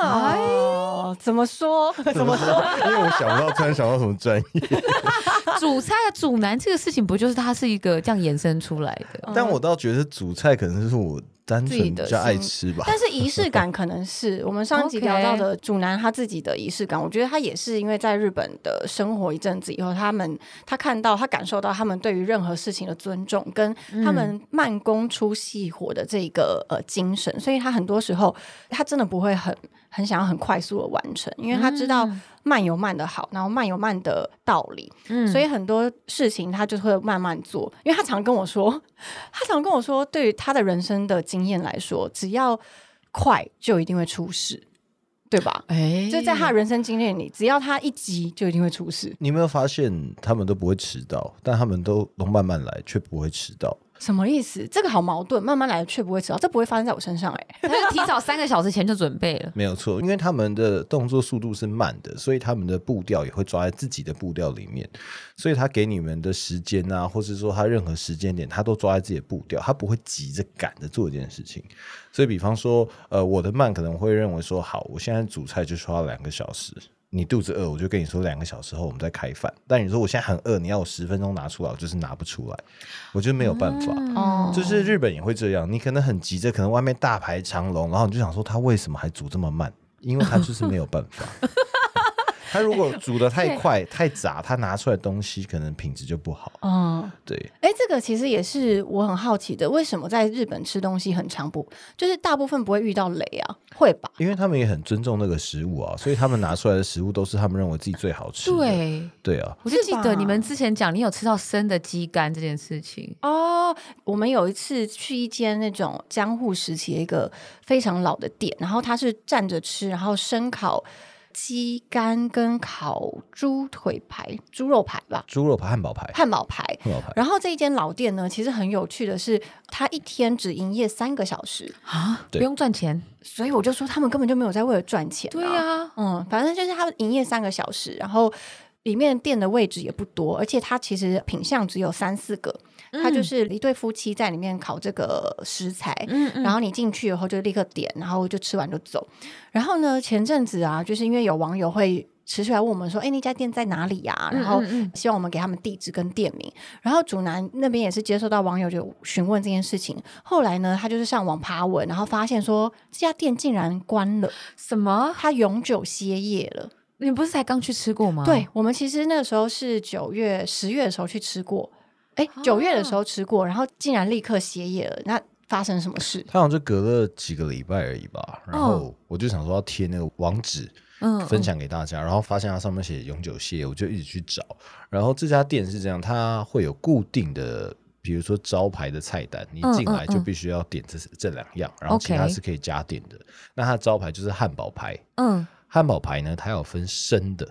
S2: 哦，怎么说？怎么说？
S4: 因为我想不到突然想到什么专业，
S3: 主菜的主男这个事情，不就是它是一个这样延伸出来的？
S2: 嗯
S4: 但我倒觉得主菜可能是我单
S2: 自己
S4: 纯比
S2: 的
S4: 较爱
S2: 兴
S4: 吃吧。
S2: 但是仪式感可能是我们上一集
S3: OK
S2: 聊到的主男他自己的仪式感，我觉得他也是因为在日本的生活一阵子以后，他们他看到他感受到他们对于任何事情的尊重，跟他们慢工出细活的这个呃精神，所以他很多时候他真的不会很很想要很快速的完成，因为他知道慢有慢的好，然后慢有慢的道理，
S3: 嗯
S2: 所以很多事情他就会慢慢做，因为他常跟我说，他常跟我说，对于他的人生的经验来说，只要快就一定会出事，对吧？
S3: 哎
S2: 就在他的人生经验里，只要他一急就一定会出事，
S4: 你有没有发现他们都不会迟到，但他们都都慢慢来，却不会迟到？
S2: 什么意思？这个好矛盾，慢慢来却不会迟到，这不会发生在我身上哎、
S3: 他就提早三个小时前就准备了。
S4: 没有错，因为他们的动作速度是慢的，所以他们的步调也会抓在自己的步调里面，所以他给你们的时间啊，或是说他任何时间点，他都抓在自己的步调，他不会急着赶着做一件事情。所以，比方说，呃，我的慢可能会认为说，好，我现在煮菜就需要两个小时。你肚子饿，我就跟你说两个小时后我们再开饭。但你说我现在很饿，你要我十分钟拿出来，我就是拿不出来，我就没有办法。
S3: 嗯
S2: 哦
S4: 就是日本也会这样，你可能很急着，可能外面大排长龙，然后你就想说他为什么还煮这么慢？因为他就是没有办法。他如果煮的太快、太杂，他拿出来的东西可能品质就不好。
S2: 嗯，
S4: 对，
S2: 哎，这个其实也是我很好奇的，为什么在日本吃东西很常不，就是大部分不会遇到雷啊，会吧？
S4: 因为他们也很尊重那个食物啊，所以他们拿出来的食物都是他们认为自己最好吃的。
S3: 对，
S4: 对啊，
S3: 我就记
S2: 是吧
S3: 得你们之前讲你有吃到生的鸡肝这件事情，
S2: 哦，我们有一次去一间那种江户时期的一个非常老的店，然后它是站着吃，然后生烤鸡肝跟烤猪腿排、猪肉排吧、
S4: 猪肉排、汉堡 排、
S2: 汉堡排。
S4: 汉堡排，
S2: 然后这一间老店呢，其实很有趣的是，它一天只营业三个小时，
S4: 对
S3: 不用赚钱。
S2: 所以我就说他们根本就没有在为了赚钱、啊
S3: 对啊呀、
S2: 嗯，反正就是它营业三个小时，然后里面店的位置也不多，而且它其实品相只有三四个。它就是一对夫妻在里面烤这个食材，
S3: 嗯嗯
S2: 然后你进去以后就立刻点，然后就吃完就走。然后呢，前阵子啊，就是因为有网友会持续来问我们说，哎，那家店在哪里呀、然后
S3: 嗯嗯
S2: 希望我们给他们地址跟店名。然后主男那边也是接受到网友就询问这件事情，后来呢，他就是上网爬文，然后发现说这家店竟然关了，
S3: 什么？
S2: 他永久歇业了。
S3: 你不是才刚去吃过吗？
S4: 哦
S2: 对，我们其实那个时候是九月、十月的时候去吃过，哎，九月的
S4: 啊
S2: 时候吃过，然后竟然立刻歇业了，那发生什么事？
S4: 他好像就隔了几个礼拜而已吧，然后我就想说要贴那个网址
S3: 嗯，嗯
S4: 分享给大家，然后发现它上面写永久歇业，我就一直去找。然后这家店是这样，它会有固定的，比如说招牌的菜单，你一进来就必须要点这这两样，然后其他
S3: 嗯 OK
S4: 是可以加点的。那它的招牌就是汉堡排，
S3: 嗯，
S4: 汉堡排呢，它有分生的，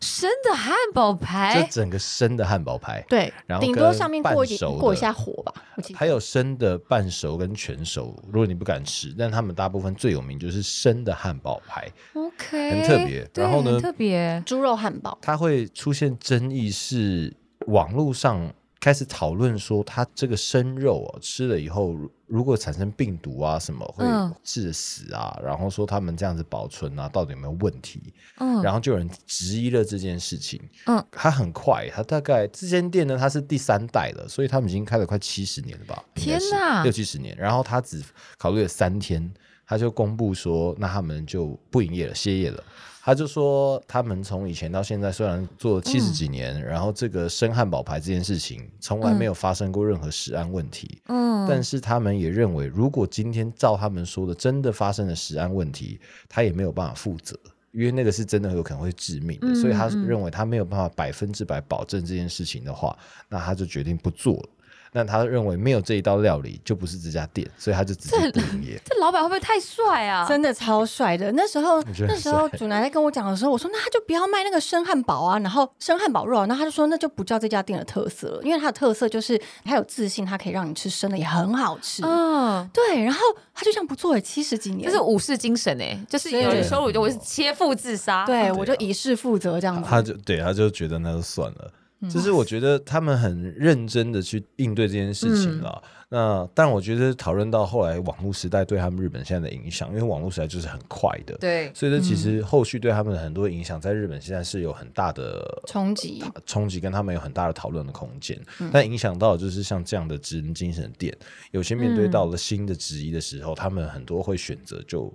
S3: 生的汉堡
S4: 这
S3: 排，
S4: 整个生的汉堡排，
S2: 对
S4: 然，后
S2: 顶多
S4: 跟
S2: 上面
S4: 半
S2: 过一
S4: 熟
S2: 过一
S4: 的
S2: 下火吧。我记得
S4: 还有生的、半熟跟全熟，如果你不敢吃，但他们大部分最有名就是生的汉堡排，
S3: OK，
S4: 很特别
S3: 对
S4: 然后呢
S3: 很特别，
S2: 猪肉汉堡，
S4: 它会出现争议是网络上开始讨论说，它这个生肉哦、吃了以后，如如果产生病毒啊什么会
S3: 嗯
S4: 致死啊，然后说他们这样子保存啊到底有没有问题，
S3: 嗯，
S4: 然后就有人质疑了这件事情。
S3: 嗯，
S4: 它很快，它大概这间店呢，它是第三代了，所以他们已经开了快七十年了吧？应该是
S3: 天哪
S4: 六七十年。然后他只考虑了三天，他就公布说，那他们就不营业了，歇业了。他就说，他们从以前到现在，虽然做了七十几年，然后这个生汉堡牌这件事情从来没有发生过任何食安问题，
S3: 嗯，
S4: 但是他们也认为，如果今天照他们说的真的发生了食安问题，他也没有办法负责，因为那个是真的有可能会致命的，
S3: 嗯
S4: 所以他
S3: 嗯
S4: 认为他没有办法百分之百保证这件事情的话，那他就决定不做了。那他认为没有这一道料理就不是这家店，所以他就直接不营业。
S3: 这老板会不会太帅啊？
S2: 真的超帅的。那时候
S4: 觉得
S2: 那
S4: 很
S2: 时候主奶奶跟我讲的时候，我说那他就不要卖那个生汉堡啊，然后生汉堡肉、啊，那他就说那就不叫这家店的特色了，因为它的特色就是它有自信，它可以让你吃生的也很好吃。
S3: 嗯，
S2: 对，然后他就这样不做了七十几年，
S3: 这是武士精神哎，就是有人羞辱就我是切腹自杀，
S2: 对啊我就以示负责这样子。
S4: 他就对，他就觉得那就算了。
S3: 嗯
S4: 就是我觉得他们很认真的去应对这件事
S3: 嗯
S4: 情了。那但我觉得讨论到后来网络时代对他们日本现在的影响，因为网络时代就是很快的，
S3: 对，
S4: 所以这其
S3: 嗯
S4: 实后续对他们的很多影响，在日本现在是有很大的
S2: 冲击，
S4: 冲击，跟他们有很大的讨论的空间。
S3: 嗯
S4: 但影响到就是像这样的职人精神的店，有些面对到了新的质疑的时候，他们很多会选择就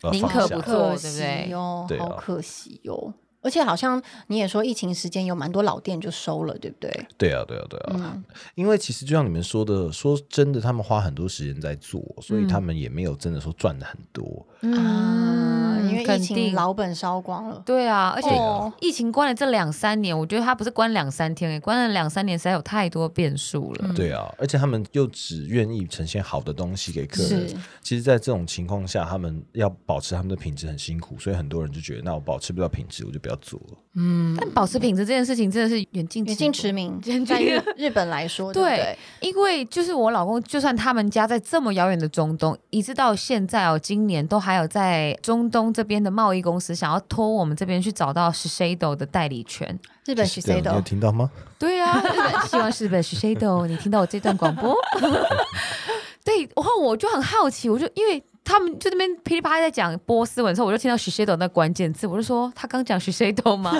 S4: 呃
S3: 宁
S4: 放
S3: 可
S4: 下
S3: 不
S2: 好
S3: 做
S2: 可
S3: 对不对
S2: 惜哦
S4: 对，啊
S2: 好可惜哦。而且好像你也说，疫情时间有蛮多老店就收了，对不对？
S4: 对啊，对啊，对啊，
S3: 嗯
S4: 因为其实就像你们说的，说真的，他们花很多时间在做，所
S3: 嗯
S4: 以他们也没有真的说赚的很多。
S2: 啊，因为疫
S3: 肯
S2: 情
S3: 定
S2: 老本烧光了。
S3: 对啊，而且
S2: 对啊
S3: 疫情关了这两三年，我觉得他不是关两三天，欸关了两三年实在有太多变数了。
S4: 对啊，而且他们又只愿意呈现好的东西给客人
S2: 是。
S4: 其实，在这种情况下，他们要保持他们的品质很辛苦，所以很多人就觉得，那我保持不了品质，我就不要做了。
S3: 但保持品质这件事情真的是远近
S2: 嗯远近
S3: 闻
S2: 驰名，在日日本来说，对不
S3: 对
S2: 对，
S3: 因为就是我老公，就算他们家在这么遥远的中东，一直到现在哦，今年都还有在中东这边的贸易公司想要托我们这边去找到 Shiseido 的代理权。
S2: 日本
S4: 是这啊样你有
S2: Shiseido
S4: 听到吗？
S3: 对啊，日本希望是日本 Shiseido，你听到我这段广播？对，然后我就很好奇，我就因为。他们就那边噼里啪啦在讲波斯文的时候，我就听到 Shiseido 那关键字，我就说他刚讲 Shiseido 吗？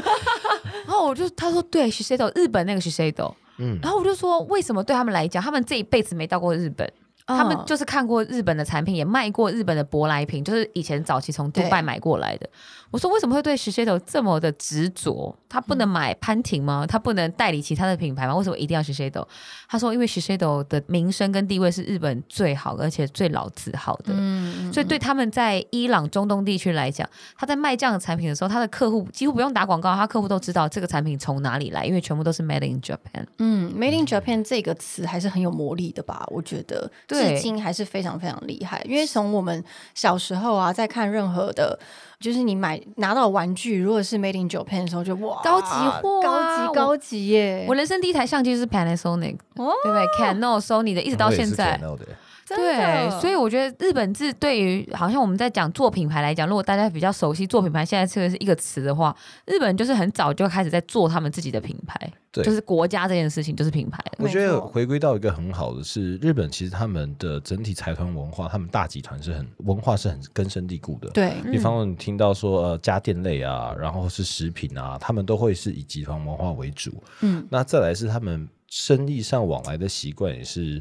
S3: 然后我就他说对 Shiseido 哦日本那个 Shiseido，
S4: 嗯，
S3: 哦然后我就说，为什么对他们来讲，他们这一辈子没到过日本？
S2: 嗯
S3: 他们就是看过日本的产品，也卖过日本的舶来品，就是以前早期从杜拜
S2: 对
S3: 买过来的。我说为什么会对石 h 头这么的执着？他不
S2: 嗯
S3: 能买潘婷吗？他不能代理其他的品牌吗？为什么一定要石 h 头？他说因为石 h 头的名声跟地位是日本最好而且最老字号的。
S2: 嗯，
S3: 所以对他们在伊朗、中东地区来讲，他在卖这样的产品的时候，他的客户几乎不用打广告，他客户都知道这个产品从哪里来，因为全部都是 made in Japan。
S2: 嗯，Made in Japan 这个词还是很有魔力的吧？我觉得
S3: 对
S2: 至今还是非常非常厉害。因为从我们小时候啊，在看任何的，就是你买拿到玩具，如果是 Made in Japan 的时候，就哇，
S3: 高级货啊
S2: 高级
S3: 我
S2: 高级耶！
S3: 我人生第一台相机就是 Panasonic，、
S2: 哦
S3: 对不对？Canon、Sony 的，一直到现
S4: 我也
S3: 在
S4: 是，Canon 的
S2: 真
S3: 对，
S2: 的
S3: 所以我觉得日本字对于好像我们在讲做品牌来讲，如果大家比较熟悉做品牌现在这个是一个词的话，日本就是很早就开始在做他们自己的品牌，
S4: 对
S3: 就是国家这件事情就是品牌了。
S4: 我觉
S2: 没
S4: 得
S2: 错
S4: 回归到一个很好的是，日本其实他们的整体财团文化，他们大集团是很文化是很根深蒂固的。
S2: 对
S3: 嗯
S4: 比方说你听到说呃家电类啊，然后是食品啊，他们都会是以集团文化为主。
S2: 嗯，
S4: 那再来是他们生意上往来的习惯也是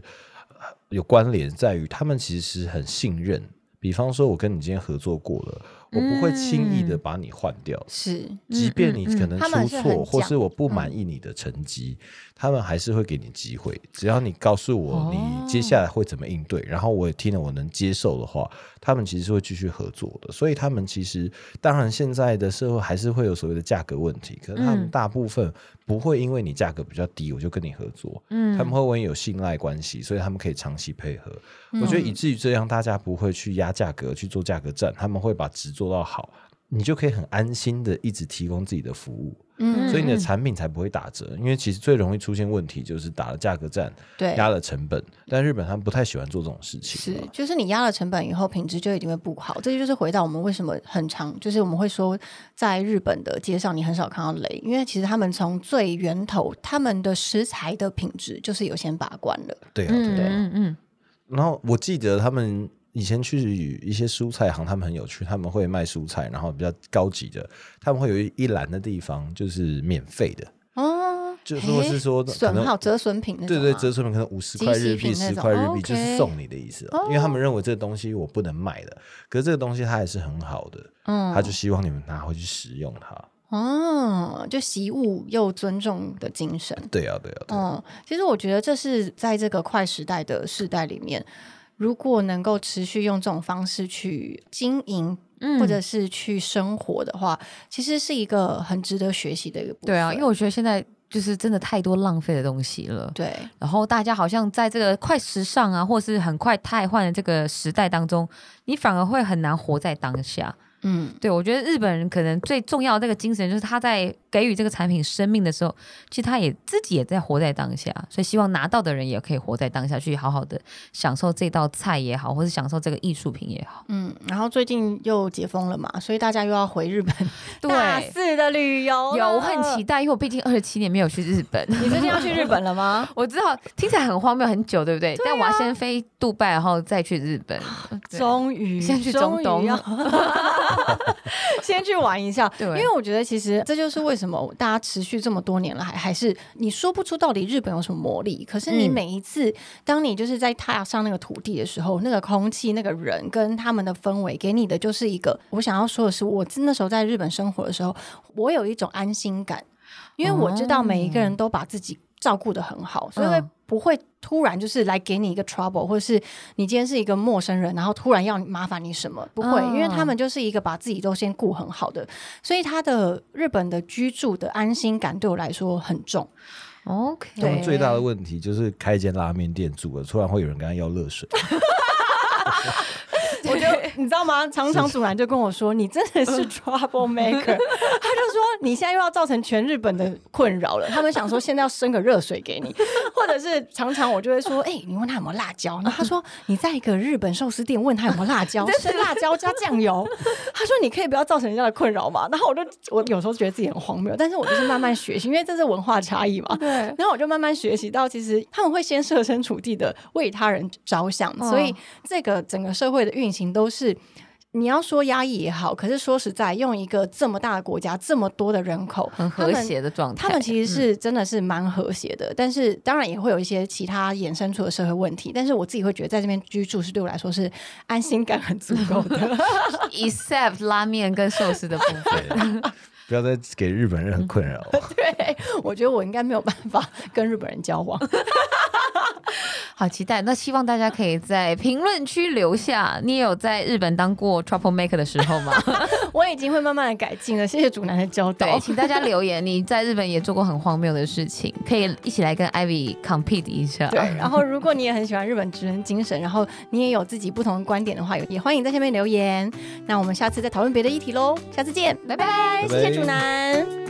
S4: 呃有关联，在于他们其实很信任。比方说，我跟你今天合作过了，我不会轻易
S2: 嗯
S4: 的把你换掉。
S2: 是
S4: 即便你可能
S2: 嗯他们
S4: 出
S2: 是
S4: 错，
S2: 很
S4: 或
S2: 讲嗯
S4: 是我不满意你的成绩，他们还是会给你机会。只要你告诉我你接
S2: 哦
S4: 下来会怎么应对，然后我也听了我能接受的话，他们其实是会继续合作的。所以他们其实，当然现在的社会还是会有所谓的价格问题，可是他们
S3: 嗯
S4: 大部分不会因为你价格比较低，我就跟你合作。
S3: 嗯
S4: 他们会因为有信赖关系，所以他们可以长期配合。我觉
S2: 嗯
S4: 得以至于这样，大家不会去压价格去做价格战，他们会把值做到好，你就可以很安心的一直提供自己的服务，
S2: 嗯，
S4: 所以你的产品才不会打折。因为其实最容易出现问题就是打了价格战，
S2: 对
S4: 压了成本。但日本他们不太喜欢做这种事情
S2: 是
S4: 啊，，
S2: 就是你压了成本以后，品质就一定会不好。这就是回到我们为什么很常，就是我们会说，在日本的街上你很少看到雷，因为其实他们从最源头，他们的食材的品质就是有先把关了。
S4: 对啊，
S3: 嗯
S4: 对啊。
S3: 嗯嗯，
S4: 然后我记得他们以前去一些蔬菜行，他们很有趣，他们会卖蔬菜，然后比较高级的，他们会有一一栏的地方就是免费的。
S2: 哦，
S4: 就是或是说
S2: 诶
S4: 可能
S2: 损耗折损品那种
S4: 对对，
S2: 啊、
S4: 折成本可能五十
S2: 即
S4: 块
S2: 食
S4: 日币、
S2: 品那
S4: 十
S2: 种
S4: 块日币，
S2: ，OK 哦
S4: 就是送你的意思啊、因为他们认为这个东西我不能卖的，可是这个东西它还是很好的，
S2: 嗯
S4: 他就希望你们拿回去使用它。
S2: 哦，就习物又尊重的精神。
S4: 对啊，对啊，对啊
S2: 嗯，其实我觉得这是在这个快时代的世代里面，如果能够持续用这种方式去经营，
S3: 嗯
S2: 或者是去生活的话，其实是一个很值得学习的一个部分。
S3: 对啊，因为我觉得现在就是真的太多浪费的东西了。
S2: 对
S3: 然后大家好像在这个快时尚啊，或是很快汰换的这个时代当中，你反而会很难活在当下。
S2: 嗯，
S3: 对我觉得日本人可能最重要的这个精神，就是他在给予这个产品生命的时候，其实他也自己也在活在当下，所以希望拿到的人也可以活在当下，去好好的享受这道菜也好，或是享受这个艺术品也好。
S2: 嗯，然后最近又解封了嘛，所以大家又要回日本
S3: 对，
S2: 大肆的旅游，
S3: 有我很期。待，因为我毕竟二十七年没有去日本。
S2: 你最近要去日本了啊吗？
S3: 我知道听起来很荒谬，很久，对不对？但我要先飞杜拜，然后再去日本。对
S2: 终于
S3: 先去中东
S2: 终于要 先去玩一下。
S3: 对
S2: 因为我觉得其实这就是为什么大家持续这么多年了，还还是你说不出到底日本有什么魔力。可是你
S3: 嗯
S2: 每一次、当你就是在踏上那个土地的时候，那个空气、那个人跟他们的氛围，给你的就是一个我想要说的是，我那时候在日本生活的时候，我有一种安心感，因为我知道每一个人都把自己照顾的很好，所以会
S3: 嗯
S2: 不会突然就是来给你一个 trouble，或者是你今天是一个陌生人，然后突然要麻烦你什么？不会，
S3: 嗯
S2: 因为他们就是一个把自己都先顾很好的，所以他的日本的居住的安心感对我来说很重。
S3: OK，
S2: 嗯
S4: 他们最大的问题就是开一间拉面店住了，突然会有人跟他要热水，
S2: 我就你知道吗？常常主男就跟我说：“你真的是 trouble maker。”他就说：“你现在又要造成全日本的困扰了。”他们想说现在要生个热水给你，或者是常常我就会说：“哎、你问他有没有辣椒？”然后他说：“你在一个日本寿司店问他有没有辣椒，是辣椒加酱油。”他说：“你可以不要造成人家的困扰嘛。”然后我就我有时候觉得自己很荒谬，但是我就是慢慢学习，因为这是文化差异嘛。
S3: 对
S2: 然后我就慢慢学习到，其实他们会先设身处地的为他人着想，
S3: 哦
S2: 所以这个整个社会的运行都是。你要说压抑也好，可是说实在，用一个这么大的国家，这么多的人口，
S3: 很和
S2: 他们
S3: 谐的嗯状态。
S2: 他们其实是真的是蛮和谐的，但是当然也会有一些其他衍生出的社会问题。但是我自己会觉得，在这边居住是对我来说是安心感很足够 的。
S3: except 拉面跟寿司的部分。
S4: 啊 不要再给日本人很困扰。啊
S2: 对，我觉得我应该没有办法跟日本人交往。
S3: 好期待！那希望大家可以在评论区留下，你有在日本当过 trouble maker 的时候吗？
S2: 我已经会慢慢的改进了，谢谢主男的教
S3: 对，
S2: 导。
S3: 请大家留言，你在日本也做过很荒谬的事情，可以一起来跟 Ivy compete 一下。
S2: 对， 然后如果你也很喜欢日本职人精神，然后你也有自己不同的观点的话，也欢迎在下面留言。那我们下次再讨论别的议题喽，下次见，拜拜，
S4: 拜拜
S2: 谢谢主男。